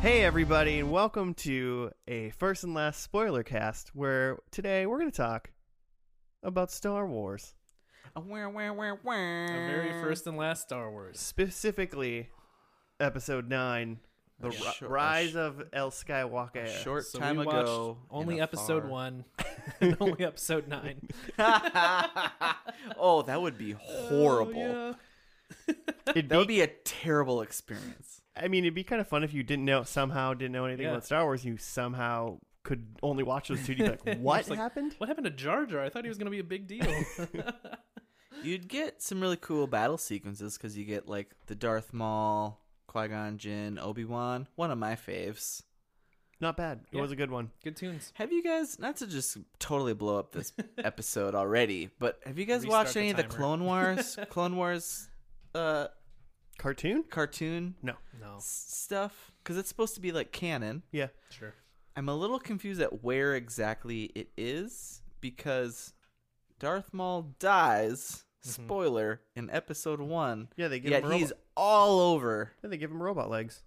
Hey, everybody, and welcome to a first and last spoiler cast where today we're going to talk about Star Wars. A where where where where. The very Uh, first and last Star Wars. Specifically, Episode 9 The A Ri- short- a Rise sh- of El Skywalker. A short So time we watched ago. only in a episode far- one, and only episode nine. oh, that would be horrible. Oh, It'd That would be a terrible experience. I mean, it'd be kind of fun if you didn't know, somehow didn't know anything Yeah. about Star Wars, you somehow could only watch those two. You'd be like, what It's like- happened? What happened to Jar Jar? I thought he was going to be a big deal. You'd get some really cool battle sequences because you get like the Darth Maul, Qui Gon Jinn, Obi Wan. One of my faves. Not bad. It Yeah. was a good one. Good tunes. Have you guys not to just totally blow up this episode already? But have you guys Restart watched the any of the timer. Clone Wars? Clone Wars. Uh, Cartoon? cartoon No. No, s- stuff because it's supposed to be like canon. Yeah. sure. I'm a little confused at where exactly it is because Darth Maul dies. Mm-hmm. Spoiler in episode one. Yeah, they give Yet him robot. he's all over. Yeah, they give him robot legs.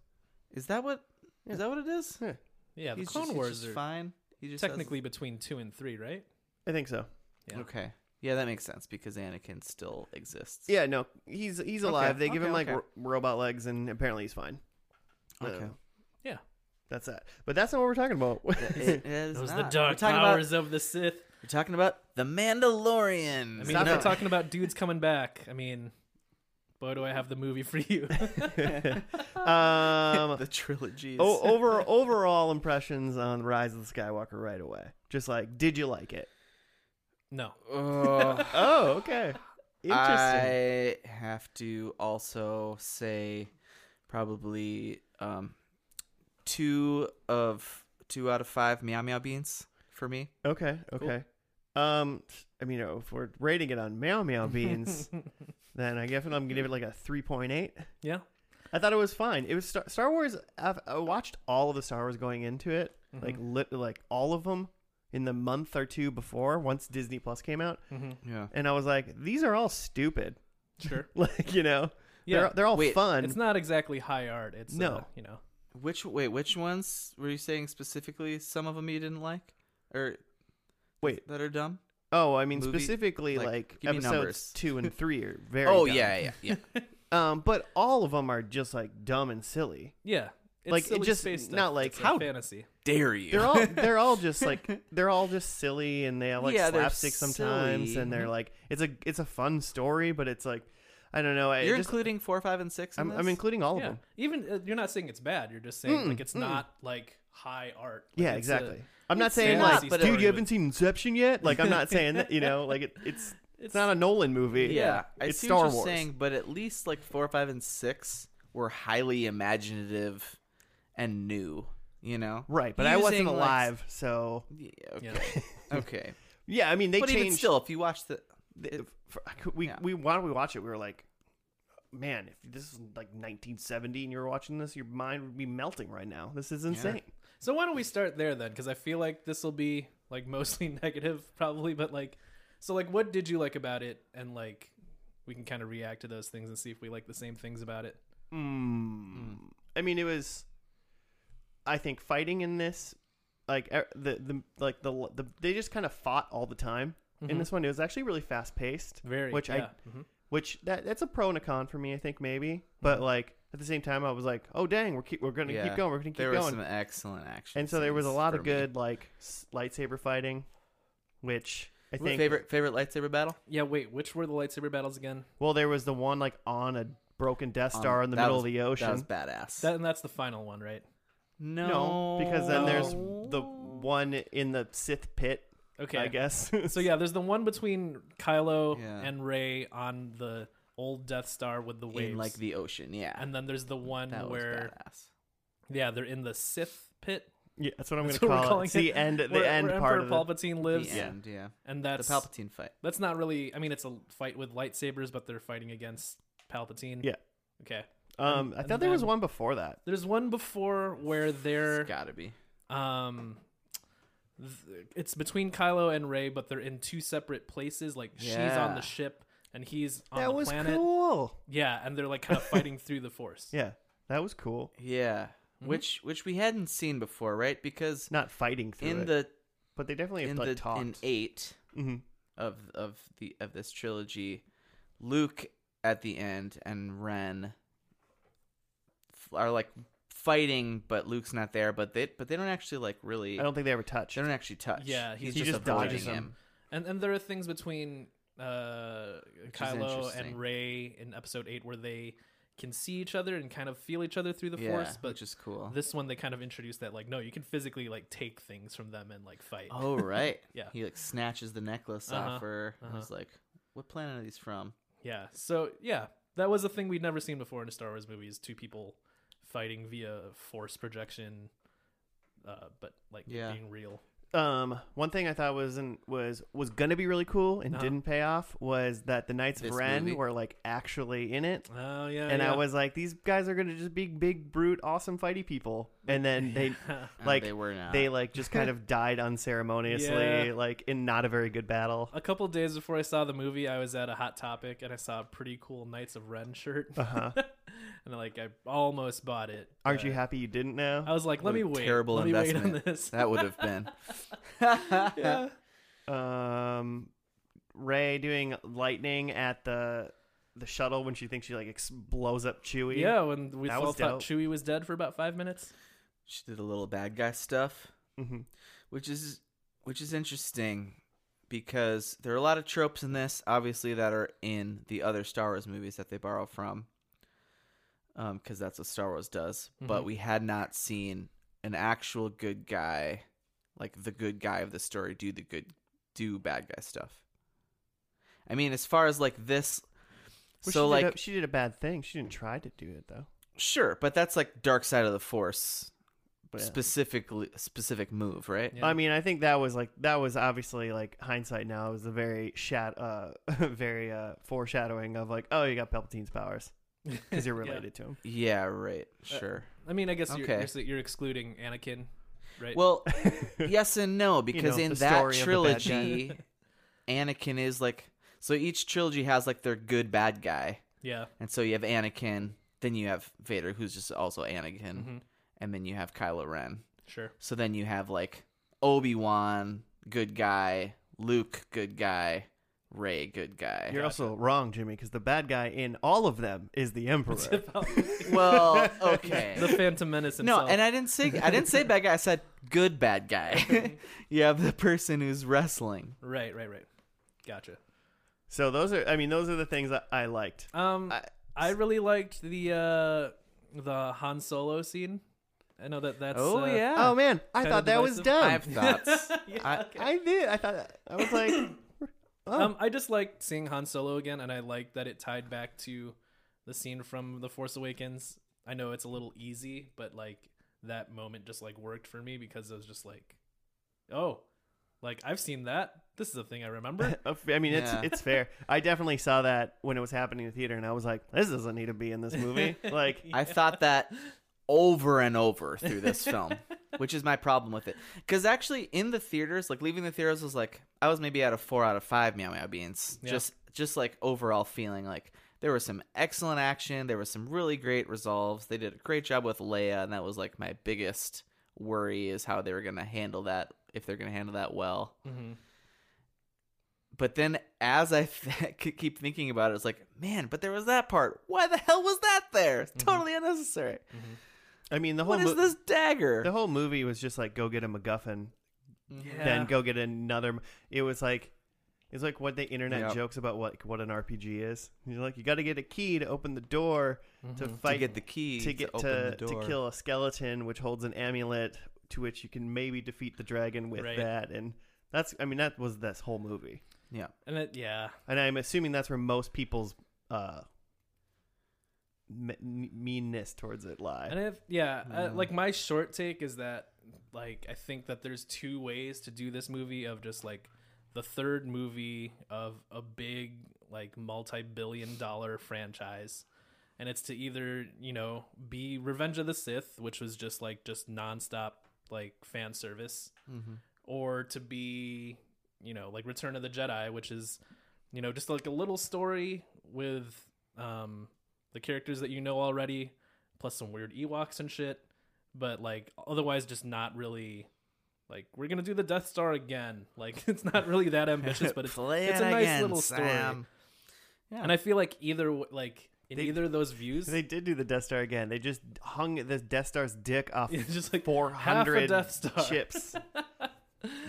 Is that what? Is that what it is? Yeah, Yeah, the He's Clone just, he's Wars just are fine. He just has- technically between two and three, right? I think so. Yeah. okay. Yeah, that makes sense because Anakin still exists. Yeah, no, he's he's alive. they give okay, him like okay. ro- robot legs, and apparently he's fine. I don't Okay. know. Yeah. that's that. But that's not what we're talking about. It is Those not. the dark we're talking powers About, of the Sith. we're talking about the Mandalorian. I mean, Stop if it. we're talking about dudes coming back, I mean, boy, do I have the movie for you. um, the trilogies. o- Oh, over overall impressions on the Rise of the Skywalker right away. Just like, did you like it? no. Ugh. Oh, okay. Interesting. I have to also say probably um, two of two out of five meow meow beans for me. Okay, okay. Um, I mean, if we're rating it on Meow Meow Beans, then I guess I'm gonna give it like a three point eight. Yeah. I thought it was fine. It was Star, Star Wars. I've, I watched all of the Star Wars going into it, like Mm-hmm. lit, like all of them in the month or two before once Disney Plus came out, Mm-hmm. Yeah. and I was like, these are all stupid. Sure. like you know, Yeah. they're they're all Wait, fun. It's not exactly high art. It's No. uh, you know. Which wait, which ones were you saying specifically? Some of them you didn't like, or Wait. that are dumb. oh, I mean movie- specifically like, like, give me episodes numbers. two and three are very. oh dumb. yeah, yeah, yeah. Um, but all of them are just like dumb and silly. Yeah. It's Like, it silly just- space stuff. not like- It's How- fantasy. Dare you? They're all they're all just like they're all just silly and they have like Yeah, they're slapstick sometimes silly. and they're like it's a it's a fun story but it's like I don't know I You're just, including four, five, and six. In I'm, this? I'm including all of Yeah. them Even uh, you're not saying it's bad. You're just saying like it's not like high art. Like, Mm, yeah it's a- exactly i I'm not it's saying not, like but dude it- you haven't seen Inception yet like I'm not saying that you know like it, it's it's not a Nolan movie Yeah, I it's see Star what you're Wars saying, but at least like four, five, and six were highly imaginative and new. You know, right but I wasn't alive so Yeah, okay. Yeah. okay. yeah I mean they but even changed still, if you watch the, th- for- I could- we yeah. we why don't we watch it we were like man if this is like 1970 and you were watching this your mind would be melting right now this is insane So why don't we start there then? Because I feel like this will be like mostly negative probably, but like, so like, what did you like about it? And like, we can kind of react to those things and see if we like the same things about it. Hmm. Mm. I mean, it was. I think fighting in this, like er, the the like the, the they just kind of fought all the time Mm-hmm. in this one. It was actually really fast paced. Very. which I yeah. Mhm. which that that's a pro and a con for me. I think Mm-hmm. maybe, but like at the same time, I was like, oh dang, we're keep, we're gonna yeah, keep going, we're gonna keep there was going. some excellent action, And so there was a scenes lot of for me. good like s- lightsaber fighting, which I think favorite favorite lightsaber battle. Yeah. Wait. Which were the lightsaber battles again? Well, there was the one like on a broken Death Um, Star in the that middle was- of the ocean. That was badass. That and that's the final one, right? no, No, because then there's the No. one in the Sith pit, Okay. I guess. So yeah, there's the one between Kylo Yeah. and Rey on the old Death Star with the waves. in like the ocean. Yeah, and then there's the one that was where badass. yeah, they're in the Sith pit. yeah, that's what I'm going That's to what we're call it. calling It's the it. end, the where, end where part Emperor of it. Palpatine The lives, end, yeah, and the that's Palpatine fight. that's not really. I mean, it's a fight with lightsabers, but they're fighting against Palpatine. Yeah. Okay. Um, I and thought there was then- one before that. There's one before where they're It's gotta be. um, th- it's between Kylo and Rey, but they're in two separate places. Like she's on Yeah. the ship and he's on That the was planet. cool. Yeah, and they're like kind of fighting through the Force. Yeah, that was cool. Yeah. Mhm. which which we hadn't seen before, right? Because Not fighting through in it, the but they definitely have in like, the talked. in eight mm-hmm. of of the of this trilogy, Luke at the end and Ren f- are like fighting, but Luke's not there. But they but they don't actually like really I don't think they ever touched. they don't actually touch. Yeah, he's, he's he just, just avoiding dodges him. them. And and there are things between uh, is Kylo interesting. and Ray in Episode Eight where they can see each other and kind of feel each other through the yeah, Force, but which is cool. this one they kind of introduced that like no, you can physically like take things from them and like fight. oh right, Yeah. He like snatches the necklace Uh-huh, off her. I uh-huh. was like, what planet are these from? Yeah. So yeah, that was a thing we'd never seen before in a Star Wars movie: is two people fighting via force projection, uh, but like Yeah. being real. um, one thing I thought was in, was was gonna be really cool and Uh-huh. didn't pay off was that the Knights of This Ren movie. were like actually in it, Oh yeah. and I was like, these guys are gonna just be big, brute, awesome, fighty people, and then they And Like, they were not. they like just kind of died unceremoniously, Yeah. like in not a very good battle. a couple days before I saw the movie, I was at a Hot Topic and I saw a pretty cool Knights of Ren shirt, Uh-huh. and like I almost bought it. Aren't but you happy you didn't now? I was like, What let a me wait. terrible let Me wait investment. on this. that would have been. yeah. Oh. um Ray doing lightning at the the shuttle when she thinks she like ex- blows up Chewie. Yeah, when we That all was thought dope. Chewie was dead for about five minutes. She did a little bad guy stuff. hmm which is which is interesting because there are a lot of tropes in this obviously that are in the other star wars movies that they borrow from because that's what star wars does but Mhm. we had not seen an actual good guy like the good guy of the story do the good do bad guy stuff i mean as far as like this so she like did a, she did a bad thing. She didn't try to do it though. sure but that's like dark side of the force But, specifically specific move right Yeah. I mean, I think that was like that was obviously like hindsight. Now it was a very shat, uh, very uh, foreshadowing of like, oh, you got Palpatine's powers because you're Yeah. related to him. yeah right Uh, sure I mean, I guess you're, Okay. you're, s- you're excluding Anakin, right? Well, yes and no, because know, in the that story of the bad guy. trilogy, Anakin is like so. Each trilogy has like their good bad guy, yeah. and so you have Anakin, then you have Vader, who's just also Anakin, Mm-hmm. hmm and then you have Kylo Ren. Sure. So then you have like Obi Wan, good guy, Luke, good guy, Ray, good guy. You're also wrong, Jimmy, because the bad guy in all of them is the Emperor. well, okay. the Phantom Menace No, himself. and I didn't say I didn't say bad guy. I said good bad guy. you have the person who's wrestling. right, right, right. Gotcha. so those are, I mean, those are the things that I liked. Um, I, I- really liked the uh, the Han Solo scene. I know that that's. oh uh, yeah. Oh man, I Kinda thought that was divisive. dumb. I have thoughts. Yeah, I- okay. I did. I thought I was like, oh, Um, I just liked seeing Han Solo again, and I liked that it tied back to the scene from The Force Awakens. I know it's a little easy, but like that moment just like worked for me because it was just like, oh, like I've seen that. This is a thing I remember. oh, I mean, it's Yeah. it's fair. I definitely saw that when it was happening in the theater, and I was like, this doesn't need to be in this movie. Like, I thought that over and over through this film, which is my problem with it. Because actually, in the theaters, like leaving the theaters was like I was maybe at a four out of five meow meow beans. Yeah. Just just like overall feeling like there was some excellent action. There was some really great resolves. They did a great job with Leia, and that was like my biggest worry is how they were going to handle that if they're going to handle that well. Mhm. But then, as I th- could keep thinking about it, it's like, man, but there was that part. Why the hell was that there? It's totally unnecessary. I mean, the whole What is mo- this dagger? the whole movie was just like, go get a MacGuffin, Mm-hmm. Yeah. then go get another. It was like. It's like what the internet Yeah. jokes about what what an RPG is. You're like you got to get a key to open the door to Mm-hmm. fight to get the key to get open to, the door. to kill a skeleton which holds an amulet to which you can maybe defeat the dragon with Right. that and that's i mean that was this whole movie Yeah, and it, yeah, and i'm assuming that's where most people's uh me- me- meanness towards it And lie if yeah, I, like my short take is that like I think that there's two ways to do this movie of just like the third movie of a big like multi-billion dollar franchise and it's to either, you know, be Revenge of the Sith, which was just like just nonstop like fan service Mm-hmm. or to be, you know, like Return of the Jedi, which is, you know, just like a little story with um, the characters that you know already, plus some weird Ewoks and shit, but like otherwise just not really like we're gonna do the Death Star again. Like it's not really that ambitious, but it's Play it's it a nice again, little story. Sam. Yeah. and I feel like either w- like in They- either of those views, They did do the Death Star again. They just hung the Death Star's dick off it's just like four half a hundred Death Star. chips.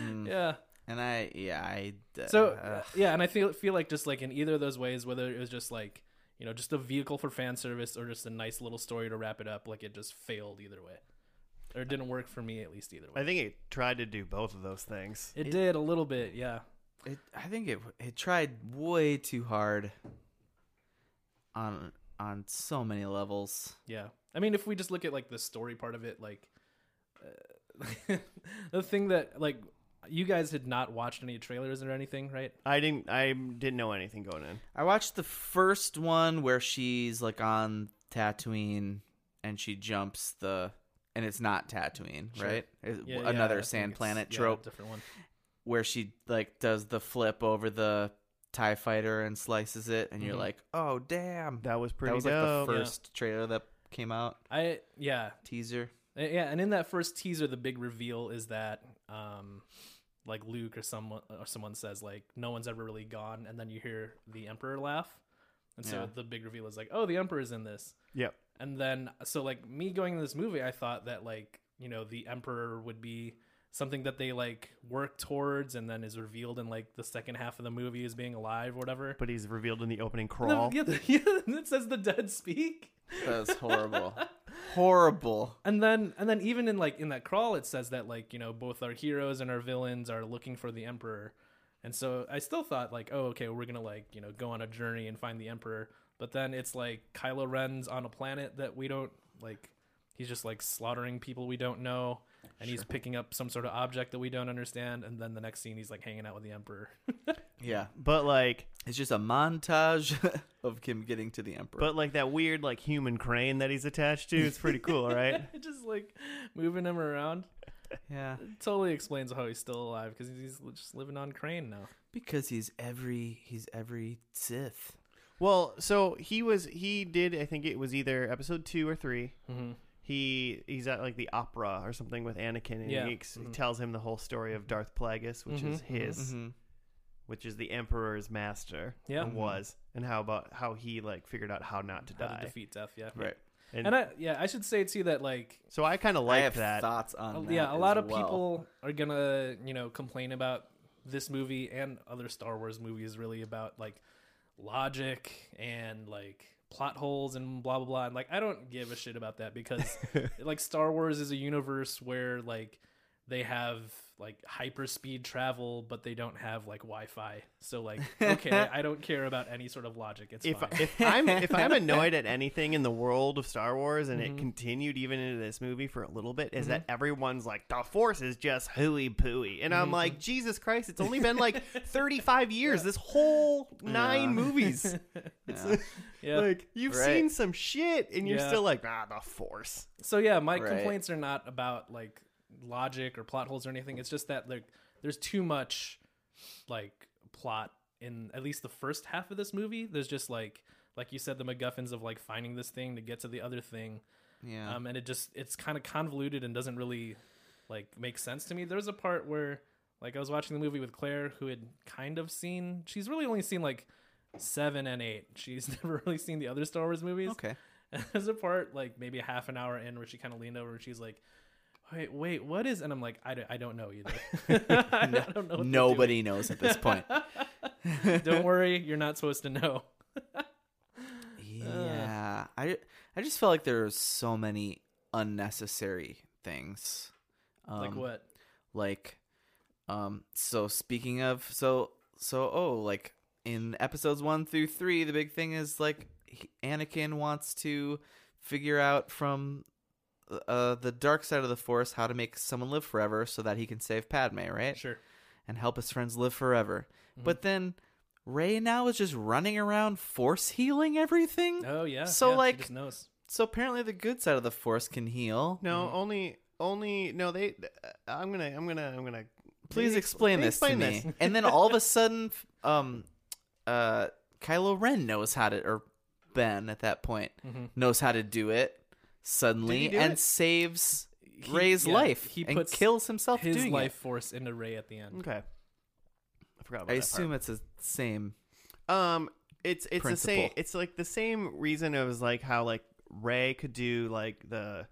Mm. Yeah. And I yeah I d- uh, So uh, ugh. yeah, and I feel feel like just like in either of those ways, whether it was just like you know just a vehicle for fan service or just a nice little story to wrap it up, like it just failed either way, or it didn't work for me at least either way. I think it tried to do both of those things. it, did a little bit, yeah. it, I think it it tried way too hard on on so many levels. Yeah. I mean, if we just look at like the story part of it, like uh, the thing that like you guys had not watched any trailers or anything, right? I didn't. I didn't know anything going in. I watched the first one where she's like on Tatooine and she jumps the and it's not Tatooine, Sure. right? It- Yeah, Another yeah, I think sand it's- planet yeah, trope different one. where she like does the flip over the tie fighter and slices it and you're Mhm. like, "Oh damn." That was pretty that was dope. like the Yeah. first trailer that came out, I yeah, teaser. Uh, Yeah, and in that first teaser, the big reveal is that, um, like Luke or someone or someone says like no one's ever really gone, and then you hear the Emperor laugh, and so Yeah. the big reveal is like, oh, the Emperor's in this, Yep. and then so like me going to this movie, I thought that like you know the Emperor would be something that they like work towards, and then is revealed in like the second half of the movie as being alive or whatever. But he's revealed in the opening And crawl. then- yeah, the- yeah, it says the dead speak. That was horrible. horrible. and then and then even in like in that crawl it says that like you know both our heroes and our villains are looking for the emperor and so i still thought like oh okay we're gonna like you know go on a journey and find the emperor but then it's like kylo ren's on a planet that we don't like he's just like slaughtering people we don't know and he's picking up some sort of object that we don't understand and then the next scene he's like hanging out with the emperor Yeah. But like, It's just a montage of him getting to the emperor. but like that weird like human crane that he's attached to is pretty cool, right? just like moving him around yeah, it totally explains how he's still alive because he's just living on crane now because he's every he's every Sith. Well, so he was he did I think it was either episode two or three. mm-hmm. He he's at like the opera or something with Anakin, and Yeah. Mm-hmm. he, ex- he tells him the whole story of Darth Plagueis, which is Mhm. his, which is the Emperor's master, Yeah. and was, and how about how he like figured out how not to how die. to defeat death yeah Right. and, And I yeah, I should say too that like Oh, so I kind of I like have that. thoughts on that. yeah, a lot as of well. people are gonna you know complain about this movie and other Star Wars movies really about like logic and like plot holes and blah blah blah and like I don't give a shit about that because like Star Wars is a universe where like they have like hyper speed travel but they don't have like Wi-Fi so like okay I don't care about any sort of logic it's if, fine. if I'm if I'm annoyed at anything in the world of Star Wars, and it continued even into this movie for a little bit, is that everyone's like the Force is just hooey pooey, and I'm like Jesus Christ, it's only been like 35 years. This whole nine Yeah. movies, Yeah. yeah. like you've Right. seen some shit, and you're Yeah. still like ah the Force. So yeah, my Right. complaints are not about like logic or plot holes or anything. It's just that like there's too much like plot in at least the first half of this movie. There's just like like you said the MacGuffins of like finding this thing to get to the other thing, yeah. um, and it just it's kind of convoluted and doesn't really like make sense to me. There's a part where like I was watching the movie with Claire, who had kind of seen. She's really only seen like seven and eight. She's never really seen the other Star Wars movies. okay. And there's a part like maybe a half an hour in where she kind of leaned over and she's like, "Wait, wait, what is?" And I'm like, "I don't, I don't know either. I don't know." what they're Nobody knows at this point. doing. don't worry, you're not supposed to know. yeah. I I just felt like there were so many unnecessary things. Um, like what? like um so speaking of so so oh like in episodes 1 through 3 the big thing is like he- Anakin wants to figure out from uh the dark side of the force how to make someone live forever so that he can save Padme right Sure. Mm-hmm. and help his friends live forever but then Ray now is just running around force healing everything Oh yeah. So, yeah, she like- just knows. so apparently the good side of the force can heal No, only only no they. uh, I'm gonna I'm gonna I'm gonna. please they- explain they this to me. and then all of a sudden, f- um, uh, Kylo Ren knows how to, or Ben at that point knows how to do it Mm-hmm. Did suddenly he do and it? saves he- Ray's yeah, life. he and puts kills himself his doing it. life force into Ray at the end. Okay. I forgot about I that assume it's the same. part. Um, it's it's the same. Principle. It's like the same reason it was like how like Ray could do like the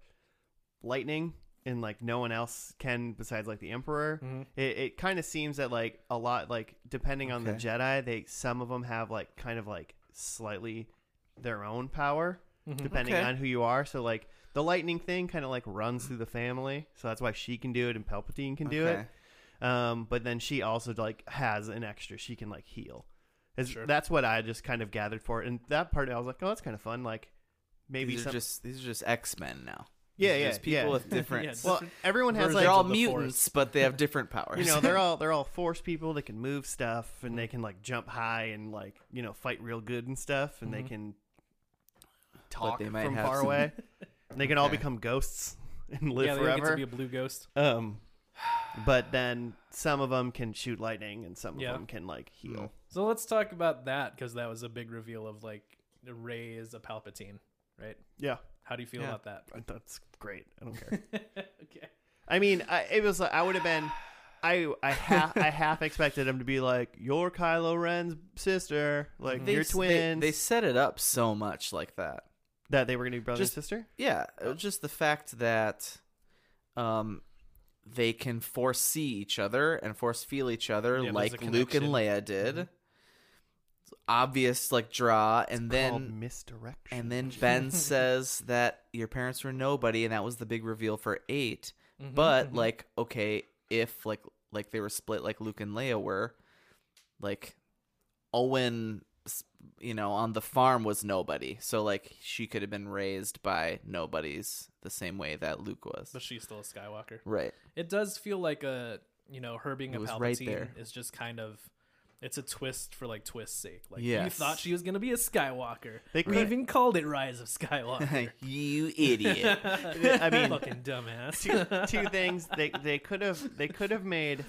lightning and like no one else can besides like the Emperor. Mm-hmm. Mhm. It, it kind of seems that like a lot like depending on the Okay. Jedi, they some of them have like kind of like slightly their own power depending Mm-hmm. Okay. on who you are. So like the lightning thing kind of like runs through the family, so that's why she can do it and Palpatine can do Okay. it. Um, but then she also like has an extra she can like heal. Is- Sure. That's what I just kind of gathered for, it. and that part I was like, oh, that's kind of fun. Like maybe these some, are just these are just X Men now. yeah, These are yeah, just people yeah. with different. Yeah, just well, everyone has versions like they're all of the mutants, but they have different powers. you know they're all they're all force people they can move stuff and they can like jump high and like you know fight real good and stuff Mm-hmm. and they can talk they might from have far some- away And they can all Okay. become ghosts and live Yeah, they get forever to be a blue ghost. um but then some of them can shoot lightning and some Yeah. Mm. of them can like heal So let's talk about that because that was a big reveal of like Ray is a Palpatine, right? yeah How do you feel Yeah. about that? that's great i don't care okay. i mean I, it was like i would have been I I half I half expected him to be like you're Kylo Ren's sister, like They your you're s- they- twins. They, set it up so much like that. that they were gonna be brother Just- and sister. Yeah, it was just the fact that, um, they can force see each other and force feel each other Yeah, there's like a Luke and connection. Mm-hmm. Leia did. It's obvious, like draw, and called then misdirection. and then Ben says that your parents were nobody, and that was the big reveal for 8 but like, okay, if like like they were split, like Luke and Leia were, like Owen, s- you know, on the farm was nobody, so like she could have been raised by nobodies the same way that Luke was. But she's still a Skywalker. Right. It does feel like a you know her being It a was Palpatine right there. is just kind of it's a twist for like twist's sake. Like you Yes. thought she was gonna be a Skywalker. They We could- even called it Rise of Skywalker. you idiot. I mean, fucking dumbass. two, two things they they could have they could have made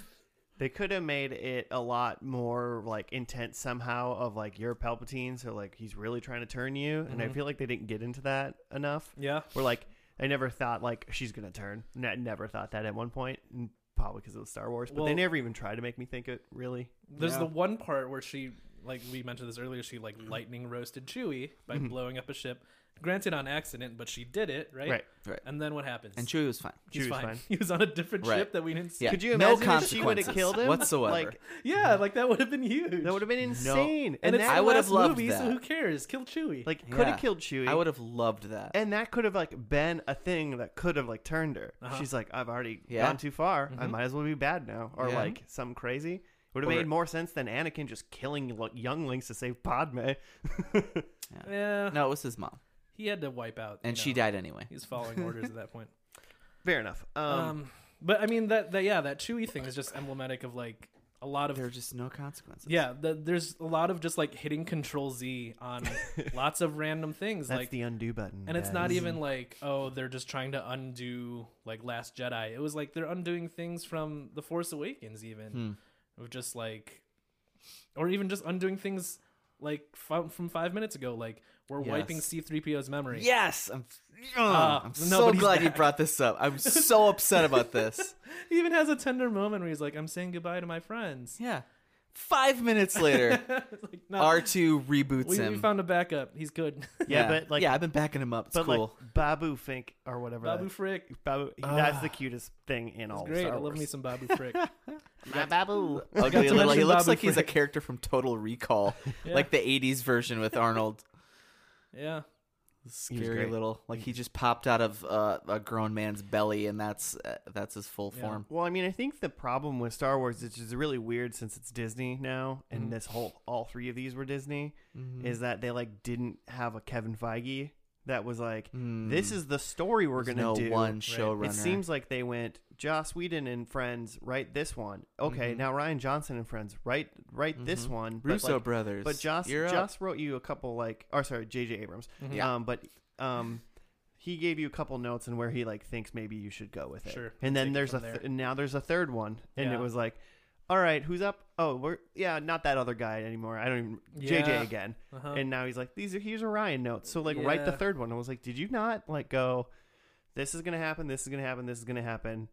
they could have made it a lot more like intense somehow of like you're Palpatine, so like he's really trying to turn you, and I Mm-hmm. feel like they didn't get into that enough. yeah. We're like, I never thought like she's gonna turn. Ne- never thought that at one point, and probably because it was Star Wars, but they Well- never even tried to make me think it really. There's Yeah. the one part where she, like we mentioned this earlier, she like lightning roasted Chewie by Mm-hmm. blowing up a ship. Granted, on accident, but she did it, right? Right. Right. And then what happens? And Chewie was fine. He's Chewie's fine. fine. He was on a different Right. ship that we didn't see. Yeah. Could you no imagine if she would consequences have killed him whatsoever? Like Yeah, like that would have been huge. that would have been insane. and And, it's that I the would have last loved movie, so that. who cares? Kill Chewie. like Yeah. could have killed Chewie. I would have loved that. and that could have like been a thing that could have like turned her. Uh-huh. Mm-hmm. She's like, I've already Yeah. gone too far. I might as well be bad now, or Yeah. like some crazy. Would have Or- made more sense than Anakin just killing like, younglings to save Padme. yeah, no, it was his mom, he had to wipe out, and you she know, died anyway. He's following orders at that point. Fair enough. Um, Um, but I mean that, that yeah, that Chewie thing is just emblematic of like a lot of There were just no consequences. yeah. The, there's a lot of just like hitting Control Z on lots of random things. that's like the E undo button, And it's not guys. even like, oh, they're just trying to undo like Last Jedi. It was like they're undoing things from The Force Awakens, Hmm. even of just like, or even just undoing things like from, from five minutes ago. Like we're wiping Yes. C three PO's memory. Yes, I'm. oh, Uh, Ah, I'm no, so but he's glad you back. brought this up. I'm so upset about this. He even has a tender moment where he's like, "I'm saying goodbye to my friends." Yeah. Five minutes later, It's like, no, R two reboots we, him. we found a backup. He's good. Yeah, but, like- yeah, I've been backing him up. It's But cool. like Babu Fink or whatever. Babu Babu, Frick, Babu Ah. that's the cutest thing in all. of great. Star I love Wars. me some Babu Frick. My Babu. Ugly to little- mention he looks Babu like he's a Frick. character from Total Recall, like the '80s version with Arnold. yeah, Scary great. Mm. little, like he just popped out of uh, a grown man's belly, and that's uh, that's his full form. Well, I mean, I think the problem with Star Wars, which is really weird since it's Disney now, Mm-hmm. and this whole all three of these were Disney, is that they like didn't have a Kevin Feige that was like, this is the story we're Hmm. Mm. There's gonna no do. one it showrunner. seems like they went Joss Whedon and friends write this one. Okay, Mm-hmm. now Ryan Johnson and friends write write this one. but, Russo like- brothers. But Joss you're up. Joss wrote you a couple like, or sorry, J.J. Abrams. Mm-hmm. Yeah. Um, but um he gave you a couple notes and where he like thinks maybe you should go with it. Sure. And Take then it there's a from th- there. and now there's a third one, and Yeah. it was like, all right, who's up? Oh, we're yeah, not that other guy anymore. I don't even Yeah. JJ again. Uh-huh. And now he's like, these are here's a Ryan note. So like write the Yeah. third one. I was like, did you not like go? this is gonna happen, this is gonna happen, this is gonna happen.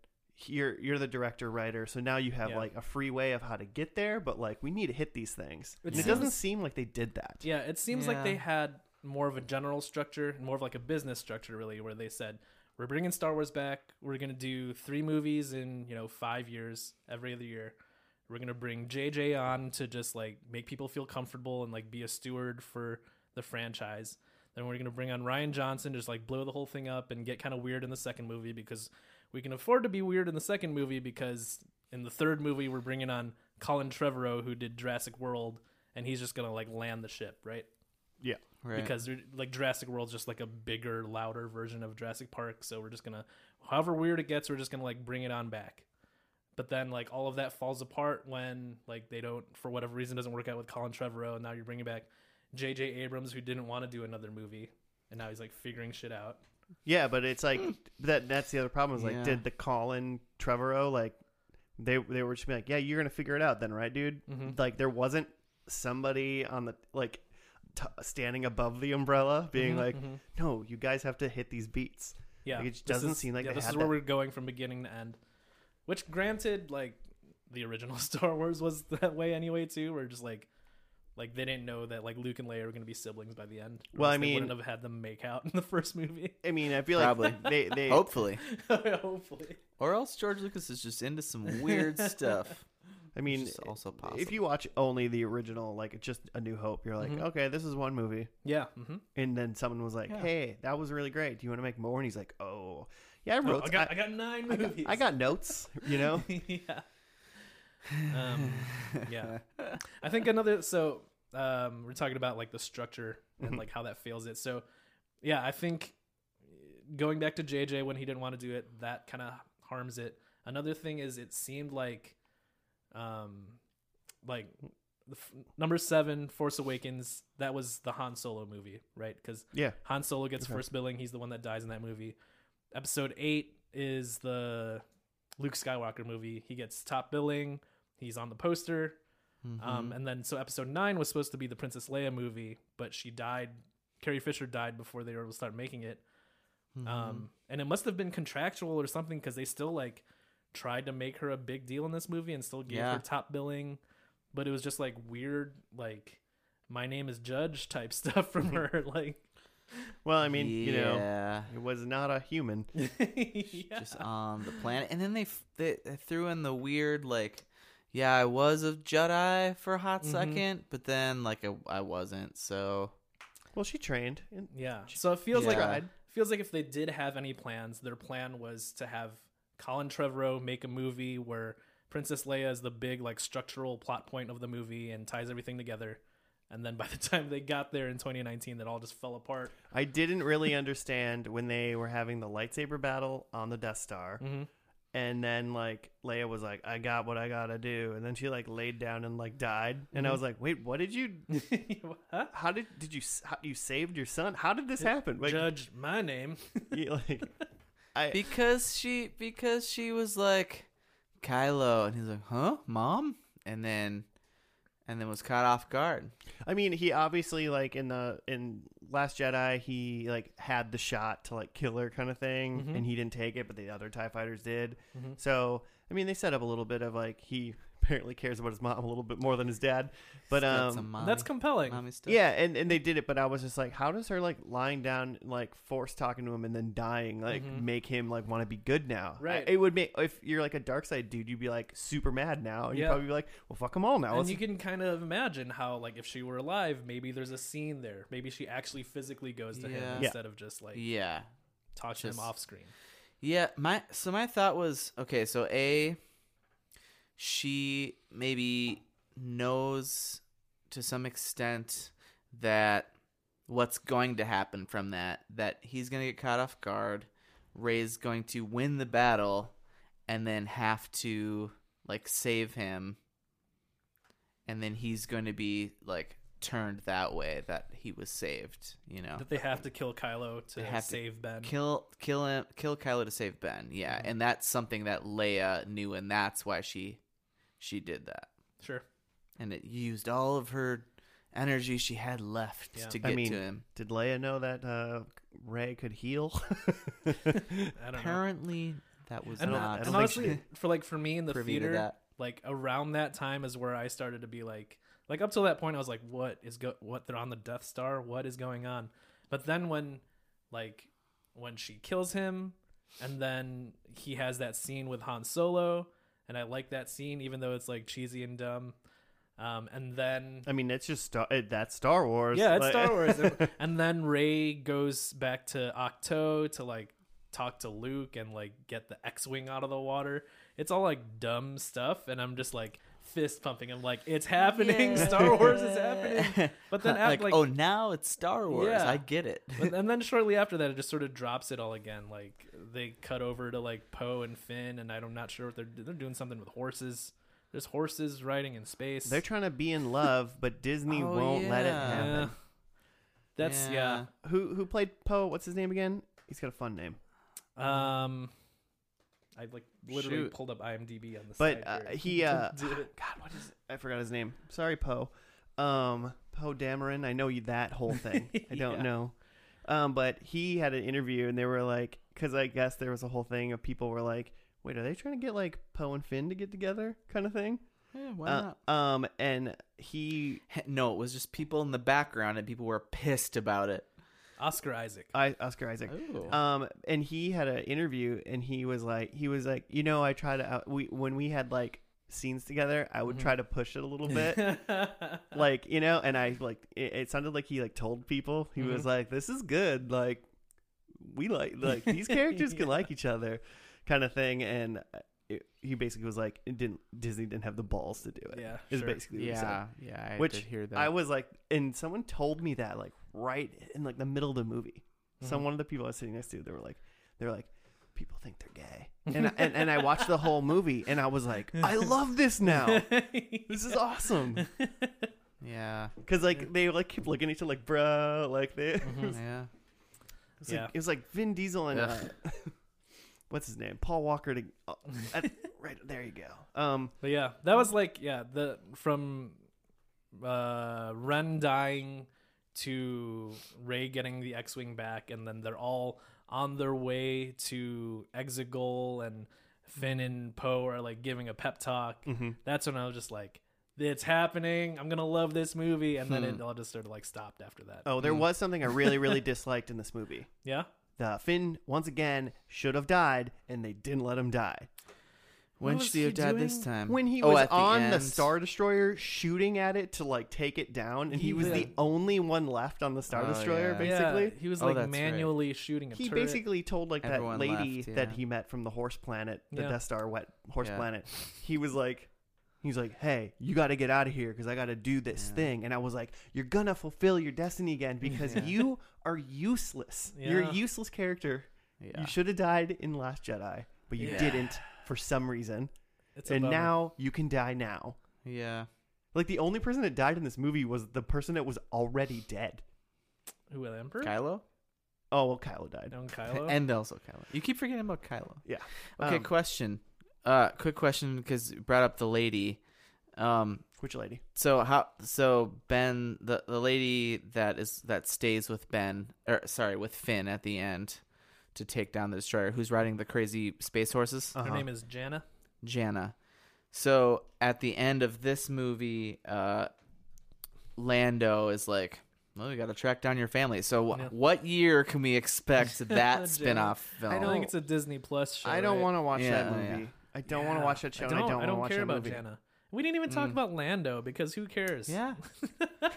You're you're the director writer, so now you have Yeah. like a free way of how to get there. But like, we need to hit these things. It and it doesn't seems- seem like they did that. Yeah, it seems like Yeah. they had more of a general structure, more of like a business structure, really, where they said, "We're bringing Star Wars back. We're gonna do three movies in you know five years, every other year. We're gonna bring JJ on to just like make people feel comfortable and like be a steward for the franchise. Then we're gonna bring on Ryan Johnson, just like blow the whole thing up and get kind of weird in the second movie because we can afford to be weird in the second movie because in the third movie we're bringing on Colin Trevorrow who did Jurassic World." And he's just gonna like land the ship, right? Yeah. Right. because they're- like Jurassic World's just like a bigger, louder version of Jurassic Park. So we're just gonna, however weird it gets, we're just gonna like bring it on back. But then like all of that falls apart when like they don't for whatever reason doesn't work out with Colin Trevorrow, and now you're bringing back J.J. Abrams who didn't want to do another movie, and now he's like figuring shit out. Yeah, but it's like that. That's the other problem. Is like, Hmm. Yeah. did the Colin Trevorrow like they they were just be like, yeah, you're gonna figure it out then, right, dude? Mm-hmm. Like there wasn't somebody on the like t- standing above the umbrella being Mm-hmm, like, no, you guys have to hit these beats. Yeah, Like, it just this doesn't is- seem like yeah, they this had is where that. we're going from beginning to end. Which, granted, like the original Star Wars was that way anyway too. Where just like, like they didn't know that like Luke and Leia were going to be siblings by the end. or Well, else I mean- they wouldn't have had them make out in the first movie. I mean, I feel like Probably. they they Hopefully. Hopefully, Or else George Lucas is just into some weird stuff. I mean, Which is also possible. Mm-hmm. if you watch only the original, like just A New Hope, you're like, okay, this is one movie. yeah. Mm-hmm. And then someone was like, hey, that was really great. Do you want to make more? And he's like, oh, yeah, I Oh, wrote. I got I, got nine I got- movies. I got notes, you know. yeah. Um, yeah. I think another. So um, we're talking about like the structure and Mm-hmm. like how that fails it. So yeah, I think going back to JJ when he didn't want to do it, that kind of harms it. Another thing is it seemed like, um, like the f- number seven, Force Awakens, that was the Han Solo movie, right? Because Yeah. Han Solo gets first billing. He's the one that dies in that movie. Episode eight is the Luke Skywalker movie. He gets top billing. He's on the poster. Mm-hmm, Um, and then so episode nine was supposed to be the Princess Leia movie, but she died. Carrie Fisher died before they were able to start making it. Mm-hmm. Um, and it must have been contractual or something because they still like tried to make her a big deal in this movie and still gave Yeah. her top billing, but it was just like weird, like my name is Judge type stuff from her. Like, Well, I mean, you know, Yeah. it was not a human. yeah. just on the planet. And then they, f- they they threw in the weird like, yeah, I was a Jedi for a hot Mm-hmm. second, but then like I, I wasn't. So Well, she trained. And Yeah. So it feels like tried. it feels like if they did have any plans, their plan was to have Colin Trevorrow make a movie where Princess Leia is the big like structural plot point of the movie and ties everything together. And then by the time they got there in 2019, that all just fell apart. I didn't really understand when they were having the lightsaber battle on the Death Star. And then like Leia was like, "I got what I gotta do," and then she like laid down and like died. And I was like, "Wait, what did you? Huh? How did did you? s- How, you saved your son? How did this happen?" Like, Judge my name. you- like, I because she because she was like Kylo, and he's like, huh, mom, and then and then was caught off guard. I mean, he obviously like in the in Last Jedi, he like had the shot to like kill her kind of thing, and he didn't take it, but the other Tie fighters did. So I mean, they set up a little bit of like he apparently cares about his mom a little bit more than his dad, but That's a um, mommy, That's compelling. mommy stuff. yeah, and and they did it, but I was just like, how does her like lying down, like force talking to him, and then dying, like make him like want to be good now? I- Mm-hmm. Right. it would make if you're like a dark side dude, you'd be like super mad now, and you'd Yeah. probably be like, well, fuck them all now. And Let's you can kind of imagine how, like, if she were alive, maybe there's a scene there. Maybe she actually physically goes to Yeah. him Yeah. instead of just like yeah. talking him Just- off screen. Yeah, my so my thought was okay, so A she maybe knows to some extent that what's going to happen from that that he's going to get caught off guard, Ray's going to win the battle and then have to like save him and then he's going to be like turned that way that he was saved, you know. That they have to kill Kylo to Oh. have to save Ben. Kill, kill him, kill Kylo to save Ben. Yeah, and that's something that Leia knew, and that's why she, she did that, Sure. and it used all of her energy she had left Yeah. to I get mean, to him. Did Leia know that uh, Ray could heal. I don't know. Apparently, that was And, I not don't and honestly, think for like for me in the privy to theater, that. like around that time is where I started to be like, like up till that point, I was like, what is go, what they're on the Death Star, what is going on? But then when, like, when she kills him, and then he has that scene with Han Solo, and I like that scene, even though it's like cheesy and dumb. Um, and then I mean, it's just Star. It, that's Star Wars. yeah, it's Like- Star Wars. And- and then Ray goes back to Octo to like talk to Luke and like get the X-wing out of the water. It's all like dumb stuff, and I'm just like fist pumping. I'm like, it's happening. Star Wars is happening. But then like, after, like, oh, now it's Star Wars. Yeah. I get it. and- and then shortly after that, it just sort of drops it all again. Like they cut over to like Poe and Finn, and I'm not sure what they're they're doing something with horses. There's horses riding in space. They're trying to be in love, but Disney Oh, won't let it yeah. happen. Yeah. That's yeah. Who who played Poe? What's his name again? He's got a fun name. Um, I like literally Shoot. pulled up IMDb on the But, side uh, here. he, uh, Did it. God, what is? I forgot his name. Sorry, Poe. Um, Poe Dameron. I know you that whole thing. I don't Yeah. know. Um, but he had an interview, and they were like, because I guess there was a whole thing of people were like, wait, are they trying to get like Poe and Finn to get together, kind of thing? Yeah, why Uh, not? Um, and he, No, it was just people in the background, and people were pissed about it. Oscar Isaac. I, Oscar Isaac. Oh, Um, and he had an interview, and he was like, he was like, you know, I try to out- we when we had like scenes together, I would try to push it a little bit, like you know, and I like it, it sounded like he like told people he was like, this is good, like we like like these characters can like each other, kind of thing, and. uh, It, he basically was like, it didn't Disney didn't have the balls to do it. Yeah, is sure. basically what he said. yeah, yeah. I Which did hear that. I was like, and someone told me that like right in like the middle of the movie. Some one of the people I was sitting next to, they were like, they were like, people think they're gay, and and and I watched the whole movie, and I was like, I love this now. This is awesome yeah, because like they like kept looking at each other like, bro, like they. yeah. It was, like, Yeah. it was like Vin Diesel and uh, Ugh. what's his name, Paul Walker. To uh, at, right there, you go. Um, but yeah, that was like yeah the from uh Ren dying to Ray getting the X-wing back, and then they're all on their way to Exegol, and Finn and Poe are like giving a pep talk. Mm-hmm. That's when I was just like. It's happening. I'm gonna love this movie, and then it all just sort of like stopped after that. Hmm. oh, there was something I really really disliked in this movie. Yeah. The Finn once again should have died, and they didn't let him die. When was should he have he died this doing? time? When he Oh, was at on the, end. Star Destroyer shooting at it to like take it down, and he was the Yeah. only one left on the Star Oh, Destroyer, yeah. basically. Yeah, he was Oh, like that's right. manually shooting a He turret. basically told like Everyone that lady left, that yeah. he met from the horse planet, the Yeah. Death Star wet horse Yeah. planet. He was like, he's like, hey, you got to get out of here because I got to do this Yeah. thing. And I was like, you're gonna fulfill your destiny again because Yeah. you are useless. You're Yeah. a useless character. Yeah. You should have died in Last Jedi, but you Yeah. didn't for some reason. It's a and bummer. now you can die now. Yeah. Like the only person that died in this movie was the person that was already dead. who the Emperor? Kylo? Oh well, Kylo died. No, Kylo. And also Kylo. You keep forgetting about Kylo. Yeah. Okay, Um, question. Uh quick question because you brought up the lady. Um Which lady? so how so Ben the the lady that is that stays with Ben or sorry, with Finn at the end to take down the destroyer who's riding the crazy space horses? Uh-huh. Her name is Janna. Jana. So at the end of this movie, uh, Lando is like, "Well, you got to track down your family." So Yeah. what year can we expect that Jana. spinoff film? I don't think it's a Disney Plus show. I don't right? want to watch Yeah, that yeah. movie. I don't want to Yeah. watch that show. and I don't, I don't want to care watch that about movie. Hmm. Janna. We didn't even talk about Lando because who cares? yeah. Like,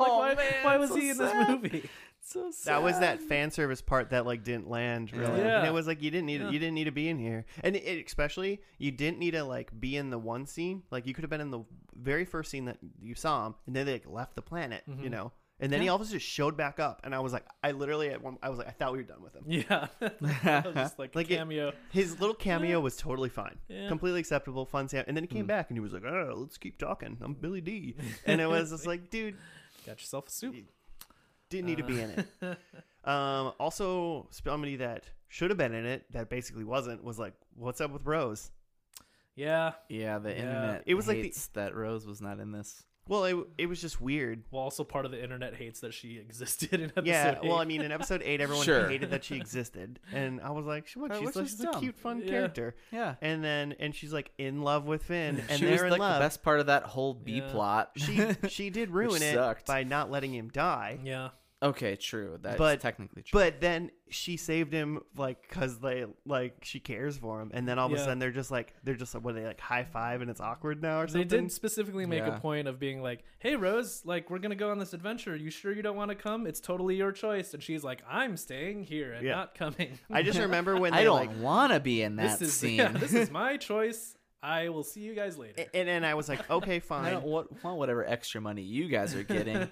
oh why, man, why was so he in sad. this movie? So That was that sad. fan service part that like didn't land really. Yeah. And it was like you didn't need Yeah. you didn't need to be in here. And it, especially you didn't need to like be in the one scene. Like you could have been in the very first scene that you saw him and then they like left the planet, Mm-hmm. you know. And then he all of a sudden just showed back up and I was like I literally at one I was like I thought we were done with him. Yeah, That was just like, Like a it- cameo. His little cameo was totally fine, Yeah. Mm. completely acceptable, fun. Sam, and then he came back and he was like, "Oh, let's keep talking. I'm Billy D," and it was just like, "Dude, Got yourself a soup. didn't need to be in it." Uh. Um, also, somebody that should have been in it that basically wasn't was like, "What's up with Rose?" Yeah, Yeah, the internet. It was like the- hates that Rose was not in this. Well, it it was just weird. Well, also part of the internet hates that she existed in episode Yeah, well, eight. I mean, in episode eight, everyone Sure. hated that she existed, and I was like, she, what, Uh, she's, which like, is she's a dumb. cute, fun Yeah. character. Yeah. And then, and she's like in love with Finn, and she was they're like in love. the best part of that whole B Yeah. plot. She she did ruin it sucked. by not letting him die, yeah. okay, true. That's But- technically true. but then she saved him like because they like she cares for him, and then all of a Yeah. sudden they're just like they're just like what are they like high five and it's awkward now or They something. did specifically make Yeah. a point of being like, "Hey Rose, like we're gonna go on this adventure. You sure you don't want to come? It's totally your choice." And she's like, "I'm staying here and Yeah. not coming. I just remember when they I don't like want to be in that this is scene. yeah, this is my choice. I will see you guys later." and, and I was like okay I fine don't want, want whatever extra money you guys are getting.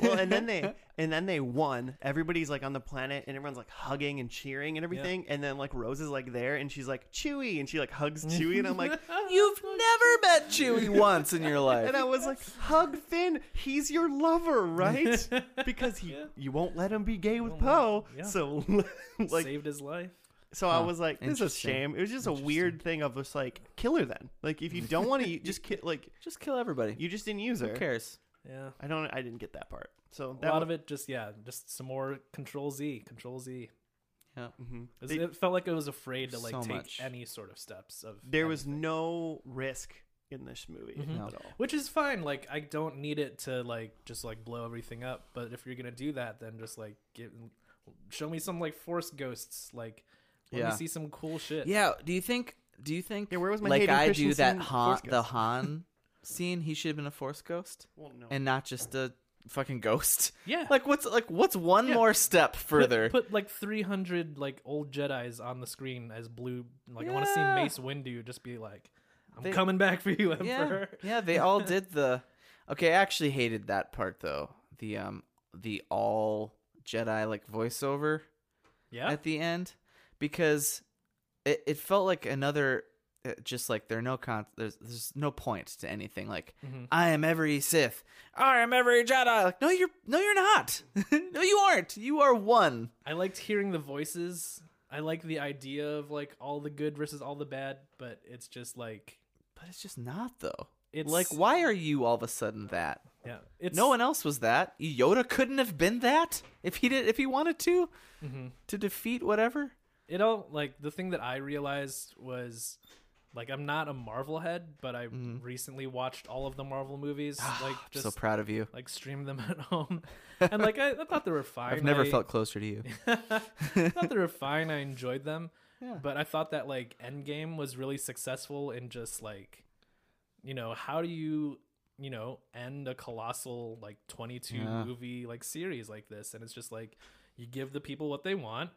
well and then they and then they won everybody's like on the planet and everyone's like hugging and cheering and everything and then like rose is like there and she's like chewy and she like hugs chewy and i'm like You've never met Chewy once in your life. and i was like hug finn he's your lover right because he you won't let him be gay with poe yeah. so like Saved his life. so i Huh. was like this is a Interesting. shame it was just a weird thing of just like kill her then like if you don't want to just ki- like Just kill everybody. you just didn't use her Who cares? Yeah. i don't i didn't get that part so A that lot one- of it just yeah, just some more control Z, control Z. Yeah. It, Mm-hmm. They- it felt like it was afraid to like So take much. any sort of steps of there was anything. Mm-hmm. no risk in this movie No. at all which is fine. Like I don't need it to like just like blow everything up. But if you're gonna do that, then just like get show me some like force ghosts. Like let Yeah. me see some cool shit. Yeah. Do you think? Do you think? Yeah, where was my like Hayden I do that Christensen Han, Force the Ghost? Han scene? He should have been a force ghost Well, no. and not just a fucking ghost. Yeah. Like what's like what's one Yeah. more step Put- further? Put, like 300 like old Jedi's on the screen as blue. Like I want to see Yeah. Mace Windu just be like, "I'm They- coming back for you, yeah. Emperor." Yeah. They all did the. Okay, I actually hated that part though. The um the all Jedi like voiceover. Yeah, at the end because it, it felt like another uh, just like there are no con there's there's no point to anything like Mm-hmm. I am every Sith I am every Jedi like no you're no you're not no you aren't you are one I liked hearing the voices. I like the idea of like all the good versus all the bad, but it's just like but it's just not though It's- like why are you all of a sudden that yeah, it's no one else was that Yoda couldn't have been that if he did if he wanted to Mm-hmm. to defeat whatever it all like the thing that I realized was like I'm not a Marvel head, but I recently watched all of the Marvel movies, like I'm just Mm-hmm. so proud of you like streamed them at home, and like I, I thought they were fine. I've never I- felt closer to you I thought they were fine. I enjoyed them, Yeah. but I thought that like Endgame was really successful in just like, you know, how do you, you know, end a colossal like twenty two Yeah. movie like series like this, and it's just like you give the people what they want.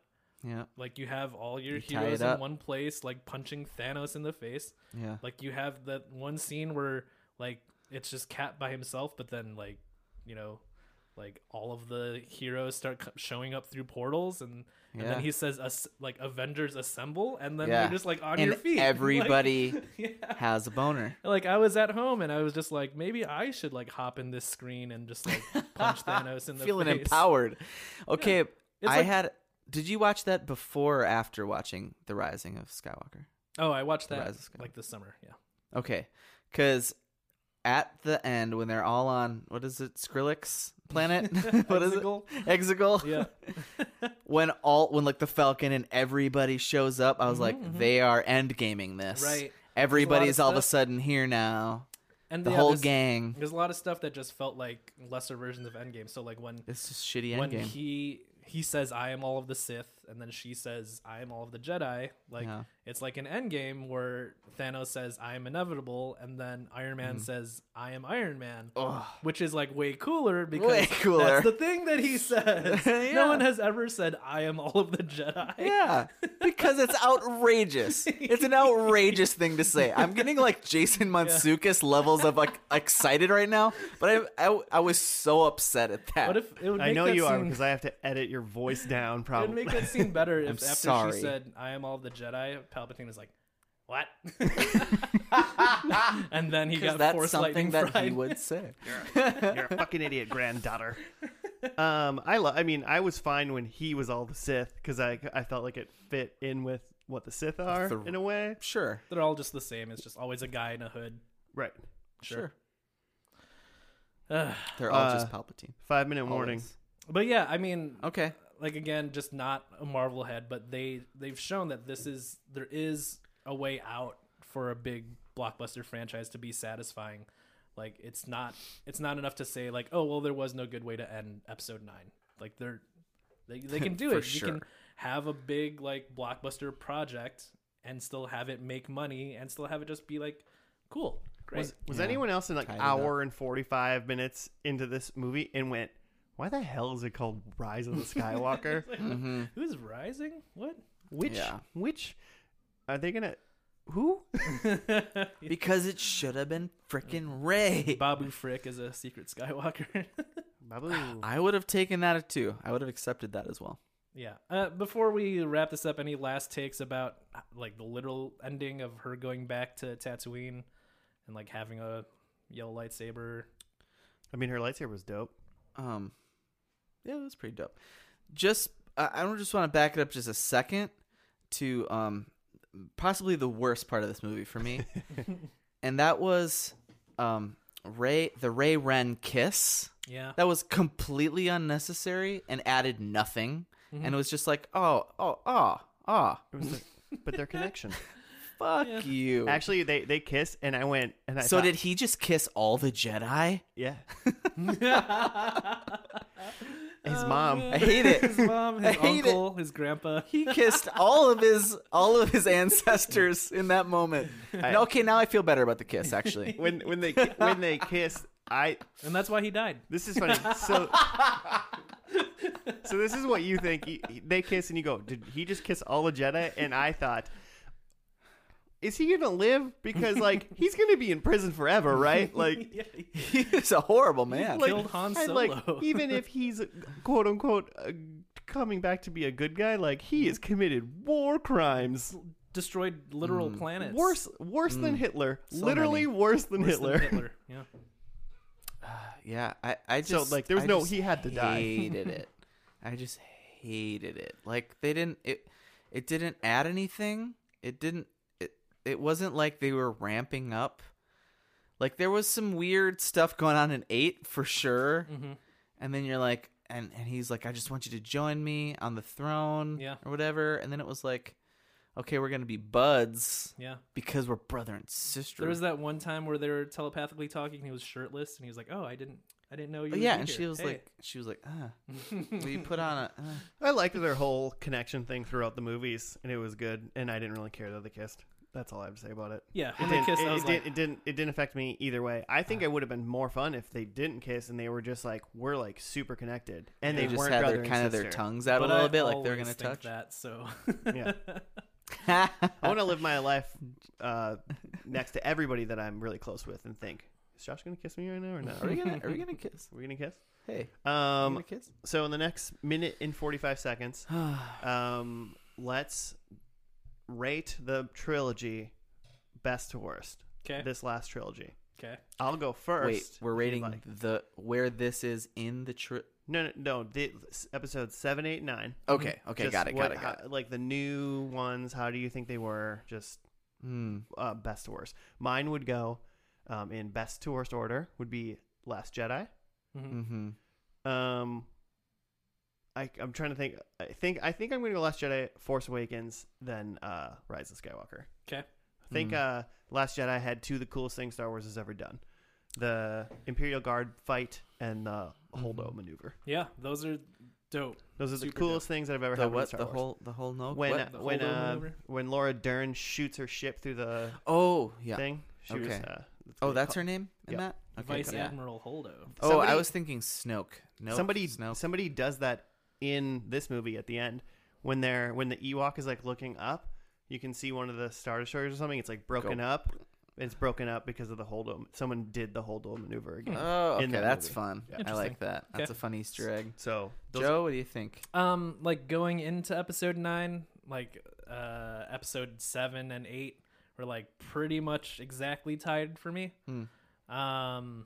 yeah Like you have all your You tie heroes it in up. one place, like punching Thanos in the face. yeah Like you have that one scene where like it's just Cap by himself, but then like you know, like all of the heroes start co- showing up through portals, and, and Yeah. then he says "As- like Avengers assemble, and then Yeah. you're just like on And your feet. Like- everybody- yeah. has a boner Like I was at home and I was just like, maybe I should like hop in this screen and just like punch Thanos in the feeling face. empowered. Okay, I like- had. Did you watch that before or after watching The Rising of Skywalker? Oh, I watched that Rise of Skywalker. like this summer. Yeah. Okay, because at the end when they're all on what is it, Skrillex planet? what is Exegol? it? Exegol. Yeah. when all when like the Falcon and everybody shows up, I was like, they are end gaming this. Mm-hmm, Right. Everybody's all of a stuff. sudden here now. And The yeah, whole there's- gang. There's a lot of stuff that just felt like lesser versions of Endgame. So like when It's just shitty end when game. he he says I am all of the Sith and then she says I am all of the Jedi, like Yeah. it's like an endgame where Thanos says I am inevitable and then Iron Mm-hmm. Man says I am Iron Man. Which is like way cooler because Oh. Way cooler. that's the thing that he says. Yeah. No one has ever said I am all of the Jedi. Yeah, because it's outrageous. It's an outrageous thing to say. I'm getting like Jason Mantzoukas levels of like excited right now, but I I, I was so upset at that. What if it would I make know that you are scene- because I have to edit your voice down. It would Probably. make that scene better if Oh. I'm after sorry. she said, I am all the Jedi, Palpatine is like, What? and then he Because got that's force something lightning that he fried. would say. You're a fucking idiot, granddaughter. Um, I love. I mean, I was fine when he was all the Sith because I I felt like it fit in with what the Sith are The- in a way. Sure, They're all just the same. It's just always a guy in a hood. Right. sure. Ugh. They're all Uh, just Palpatine. Five minute warning. Always. but yeah, I mean, Okay. like again, just not a Marvel head, but they they've shown that this is there is a way out for a big blockbuster franchise to be satisfying. Like it's not it's not enough to say like, oh well, there was no good way to end episode nine. Like they're they they can do For it. You can sure. have a big like blockbuster project and still have it make money and still have it just be like cool, great. Was was Yeah. anyone else in like Tied it hour and forty five minutes into this movie and went, "Why the hell is it called Rise of the Skywalker? It's like, Mm-hmm. Mhm. Who's rising? What? which Yeah. which are they gonna? Who? Because it should have been freaking Ray. Babu Frick is a secret Skywalker. Babu. I would have taken that at two. I would have accepted that as well. yeah. Uh, before we wrap this up, any last takes about uh, like the literal ending of her going back to Tatooine and like having a yellow lightsaber? I mean, her lightsaber was dope. Um, yeah, that's pretty dope. Just I, I don't just want to back it up just a second to um possibly the worst part of this movie for me, and that was um Ray the Ray Ren kiss. Yeah. That was completely unnecessary and added nothing, Mm-hmm. and it was just like oh oh oh oh It was the- but their connection. fuck Yeah. you. Actually, they they kiss, and I went, and I so thought- did he just kiss all the Jedi? yeah. His mom. I hate it. His mom, I his hate it. uncle, his grandpa. He kissed all of his all of his ancestors in that moment. And okay, now I feel better about the kiss. Actually, When when they ki- when they kiss, I And that's why he died. This is funny. So, so this is what you think. You- They kiss and you go, did he just kiss all the Jedi? And I thought, is he gonna live? Because like he's gonna be in prison forever, right? Like, Yeah. he's a horrible man. like, killed Han and, like, Solo. even if he's quote unquote uh, coming back to be a good guy, like he has committed war crimes, Destroyed literal Mm. planets. worse worse than Hitler, so literally worse than Mm. Worse Hitler. than Hitler. Yeah. yeah, I, I So, just like, there was I no- just he had to die. Hated it. I just hated it. Like they didn't it. It didn't add anything. It didn't. It it wasn't like they were ramping up. Like there was some weird stuff going on in eight for sure. Mm-hmm. and then you're like and and he's like i just want you to join me on the throne Yeah. or whatever and then it was like okay we're gonna be buds Yeah. because we're brother and sister There was that one time where they were telepathically talking and he was shirtless and he was like, "Oh, I didn't I didn't know you." Oh, would yeah be and here. she was Hey." like she was like uh we put on a uh. I liked their whole connection thing throughout the movies, and it was good. And I didn't really care that they kissed. That's all I have to say about it. "Yeah, It when they didn't, kissed, it, I was it like, didn't, it didn't. It didn't affect me either way. I think it would have been more fun if they didn't kiss and they were just like we're like super connected, and they, they, just weren't had brother their and kind of their sister. tongues out but a little I bit like they're always gonna think touch that." So Yeah. I want to live my life uh, next to everybody that I'm really close with and think, is Josh gonna kiss me right now or not? are we gonna are we gonna kiss We're gonna kiss. hey are we Um, gonna kiss so in the next minute and 45 seconds, um, let's rate the trilogy best to worst. okay, This last trilogy. okay, I'll go first. wait if we're you'd rating like. the where this is in the tri- No, no, no. The episode seven, eight, nine. okay okay Just got it what- got it got it how- like the new ones. How do you think they were? Just Hmm. uh, best to worst. Mine would go um, in best to worst order. Would be Last Jedi. hmm mm-hmm. Um, I, I'm trying to think. I think I think I'm going to go Last Jedi, Force Awakens, then uh, Rise of Skywalker. okay, I think Mm. uh, Last Jedi had two of the coolest things Star Wars has ever done: the Imperial Guard fight and the Holdo Hmm. maneuver. yeah, those are dope. Those are the Super coolest things that have ever the happened. in what Star the Wars. whole the whole no when what? uh, The when holdover uh, maneuver? when Laura Dern shoots her ship through the oh yeah thing. She was, Okay. uh, Oh, that's her name in Yep. that. Vice got it. Admiral Holdo. Oh, I Somebody- was thinking Snoke. No, somebody Snoke. somebody does that in this movie at the end when they're when the Ewok is like looking up. You can see one of the star destroyers or something. It's like broken up. It's broken up because of the holdo. Someone did the holdo maneuver again. Oh, okay, in that that's movie. fun. Yeah. I like that. That's Okay. a fun Easter egg. So those Joe, what do you think? Um, like going into episode nine, like uh, episode seven and eight were like pretty much exactly tied for me. Um,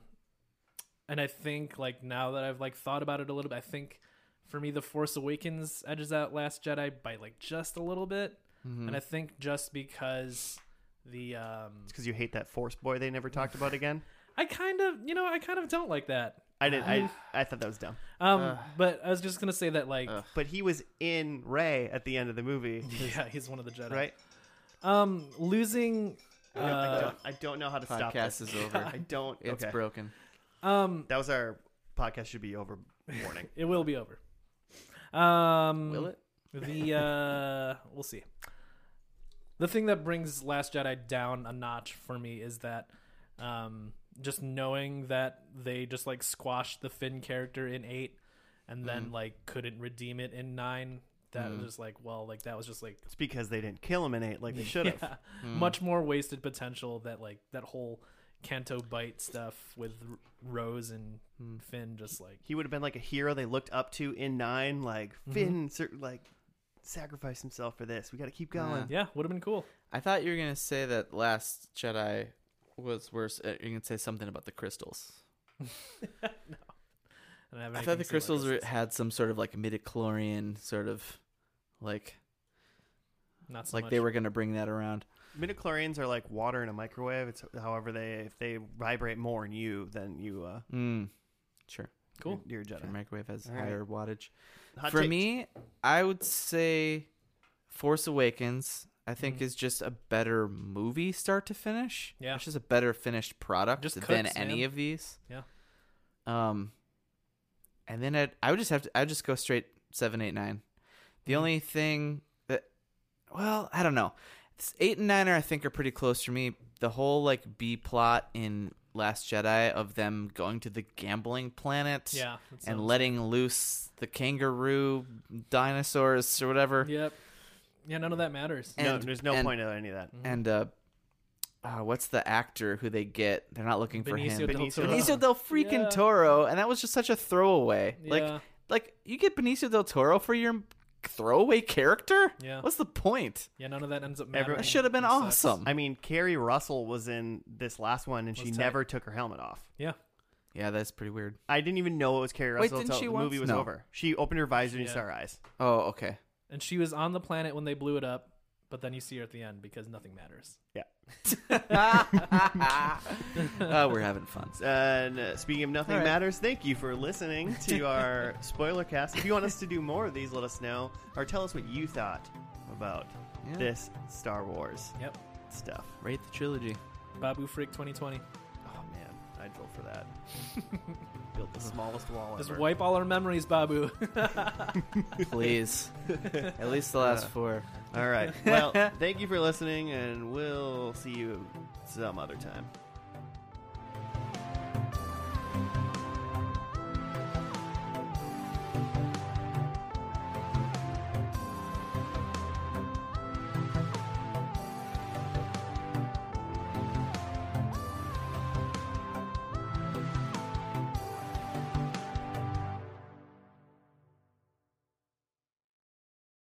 and I think like now that I've like thought about it a little bit, I think for me the Force Awakens edges out Last Jedi by like just a little bit, and I think just because the um because you hate that force boy they never talked about again. I kind of, you know, I kind of don't like that. I didn't. I I thought that was dumb. Um, Ugh. but I was just gonna say that like, Ugh. But he was in Ray at the end of the movie, yeah, he's one of the Jedi. right? Um, losing. I, don't, I, Uh, don't, I don't know how to stop Podcast this. is over. I don't. It's okay. broken. um, That was our podcast. Should be over. Warning. it will be over. Um, Will it? The uh, we'll see. The thing that brings Last Jedi down a notch for me is that, um, just knowing that they just like squashed the Finn character in eight, and then Mm-hmm. like couldn't redeem it in nine. That was just like, well, like that was just like It's because they didn't kill him in eight like they should have. yeah, Hmm. much more wasted potential that like that whole Canto Bite stuff with R- Rose and Finn just like He would have been like a hero they looked up to in nine. Like Mm-hmm. Finn, cer- like sacrificed himself for this. We got to keep going. yeah would have been cool. I thought you were gonna say that Last Jedi was worse. Uh, You're gonna say something about the crystals. I, don't have I thought the anything to say about crystals were, this. had some sort of like midichlorian sort of like not so like much. they were gonna bring that around. Midichlorians are like water in a microwave. It's however they if they vibrate more in you, then you uh Mm. Sure. cool. you're, you're a Jedi. Your microwave has All right. higher wattage. Hot For take. me, I would say Force Awakens. I think Mhm. is just a better movie, start to finish. Yeah. it's just a better finished product Just than cooks, any man. of these. Yeah. Um, and then I'd, I would just have to. I would just go straight seven, eight, nine. Mm-hmm. The only thing that, well, I don't know. It's eight and nine are I think are pretty close for me. The whole like B plot in Last Jedi of them going to the gambling planet Yeah, that and sounds- letting loose the kangaroo dinosaurs or whatever. Yep. Yeah, none of that matters. no, and- there's no and- point in any of that. And uh, uh, what's the actor who they get? They're not looking for Benicio him. del Benicio- Toro. Benicio del freaking Yeah. Toro, and that was just such a throwaway. Yeah. Like, like you get Benicio del Toro for your throwaway character. Yeah. What's the point? Yeah, none of that ends up Every- mattering. That should have been It sucks. awesome. I mean, Carrie Russell was in this last one, and she tight. never took her helmet off. Yeah. yeah, that's pretty weird. I didn't even know it was Carrie Wait, Russell didn't until she the once? movie was No. over. She opened her visor and you Yeah. saw her eyes. Oh, okay. And she was on the planet when they blew it up, but then you see her at the end because nothing matters. oh, we're having fun. And uh, speaking of nothing All right. matters, thank you for listening to our spoiler cast. If you want us to do more of these, let us know or tell us what you thought about Yeah. this Star Wars Yep. stuff. Rate the trilogy. Babu Freak 2020. Oh man, I'd vote for that. Build the smallest wall Just ever. wipe all our memories, Babu. Please. At least the Uh, last four. All right. Well, thank you for listening, and we'll see you some other time.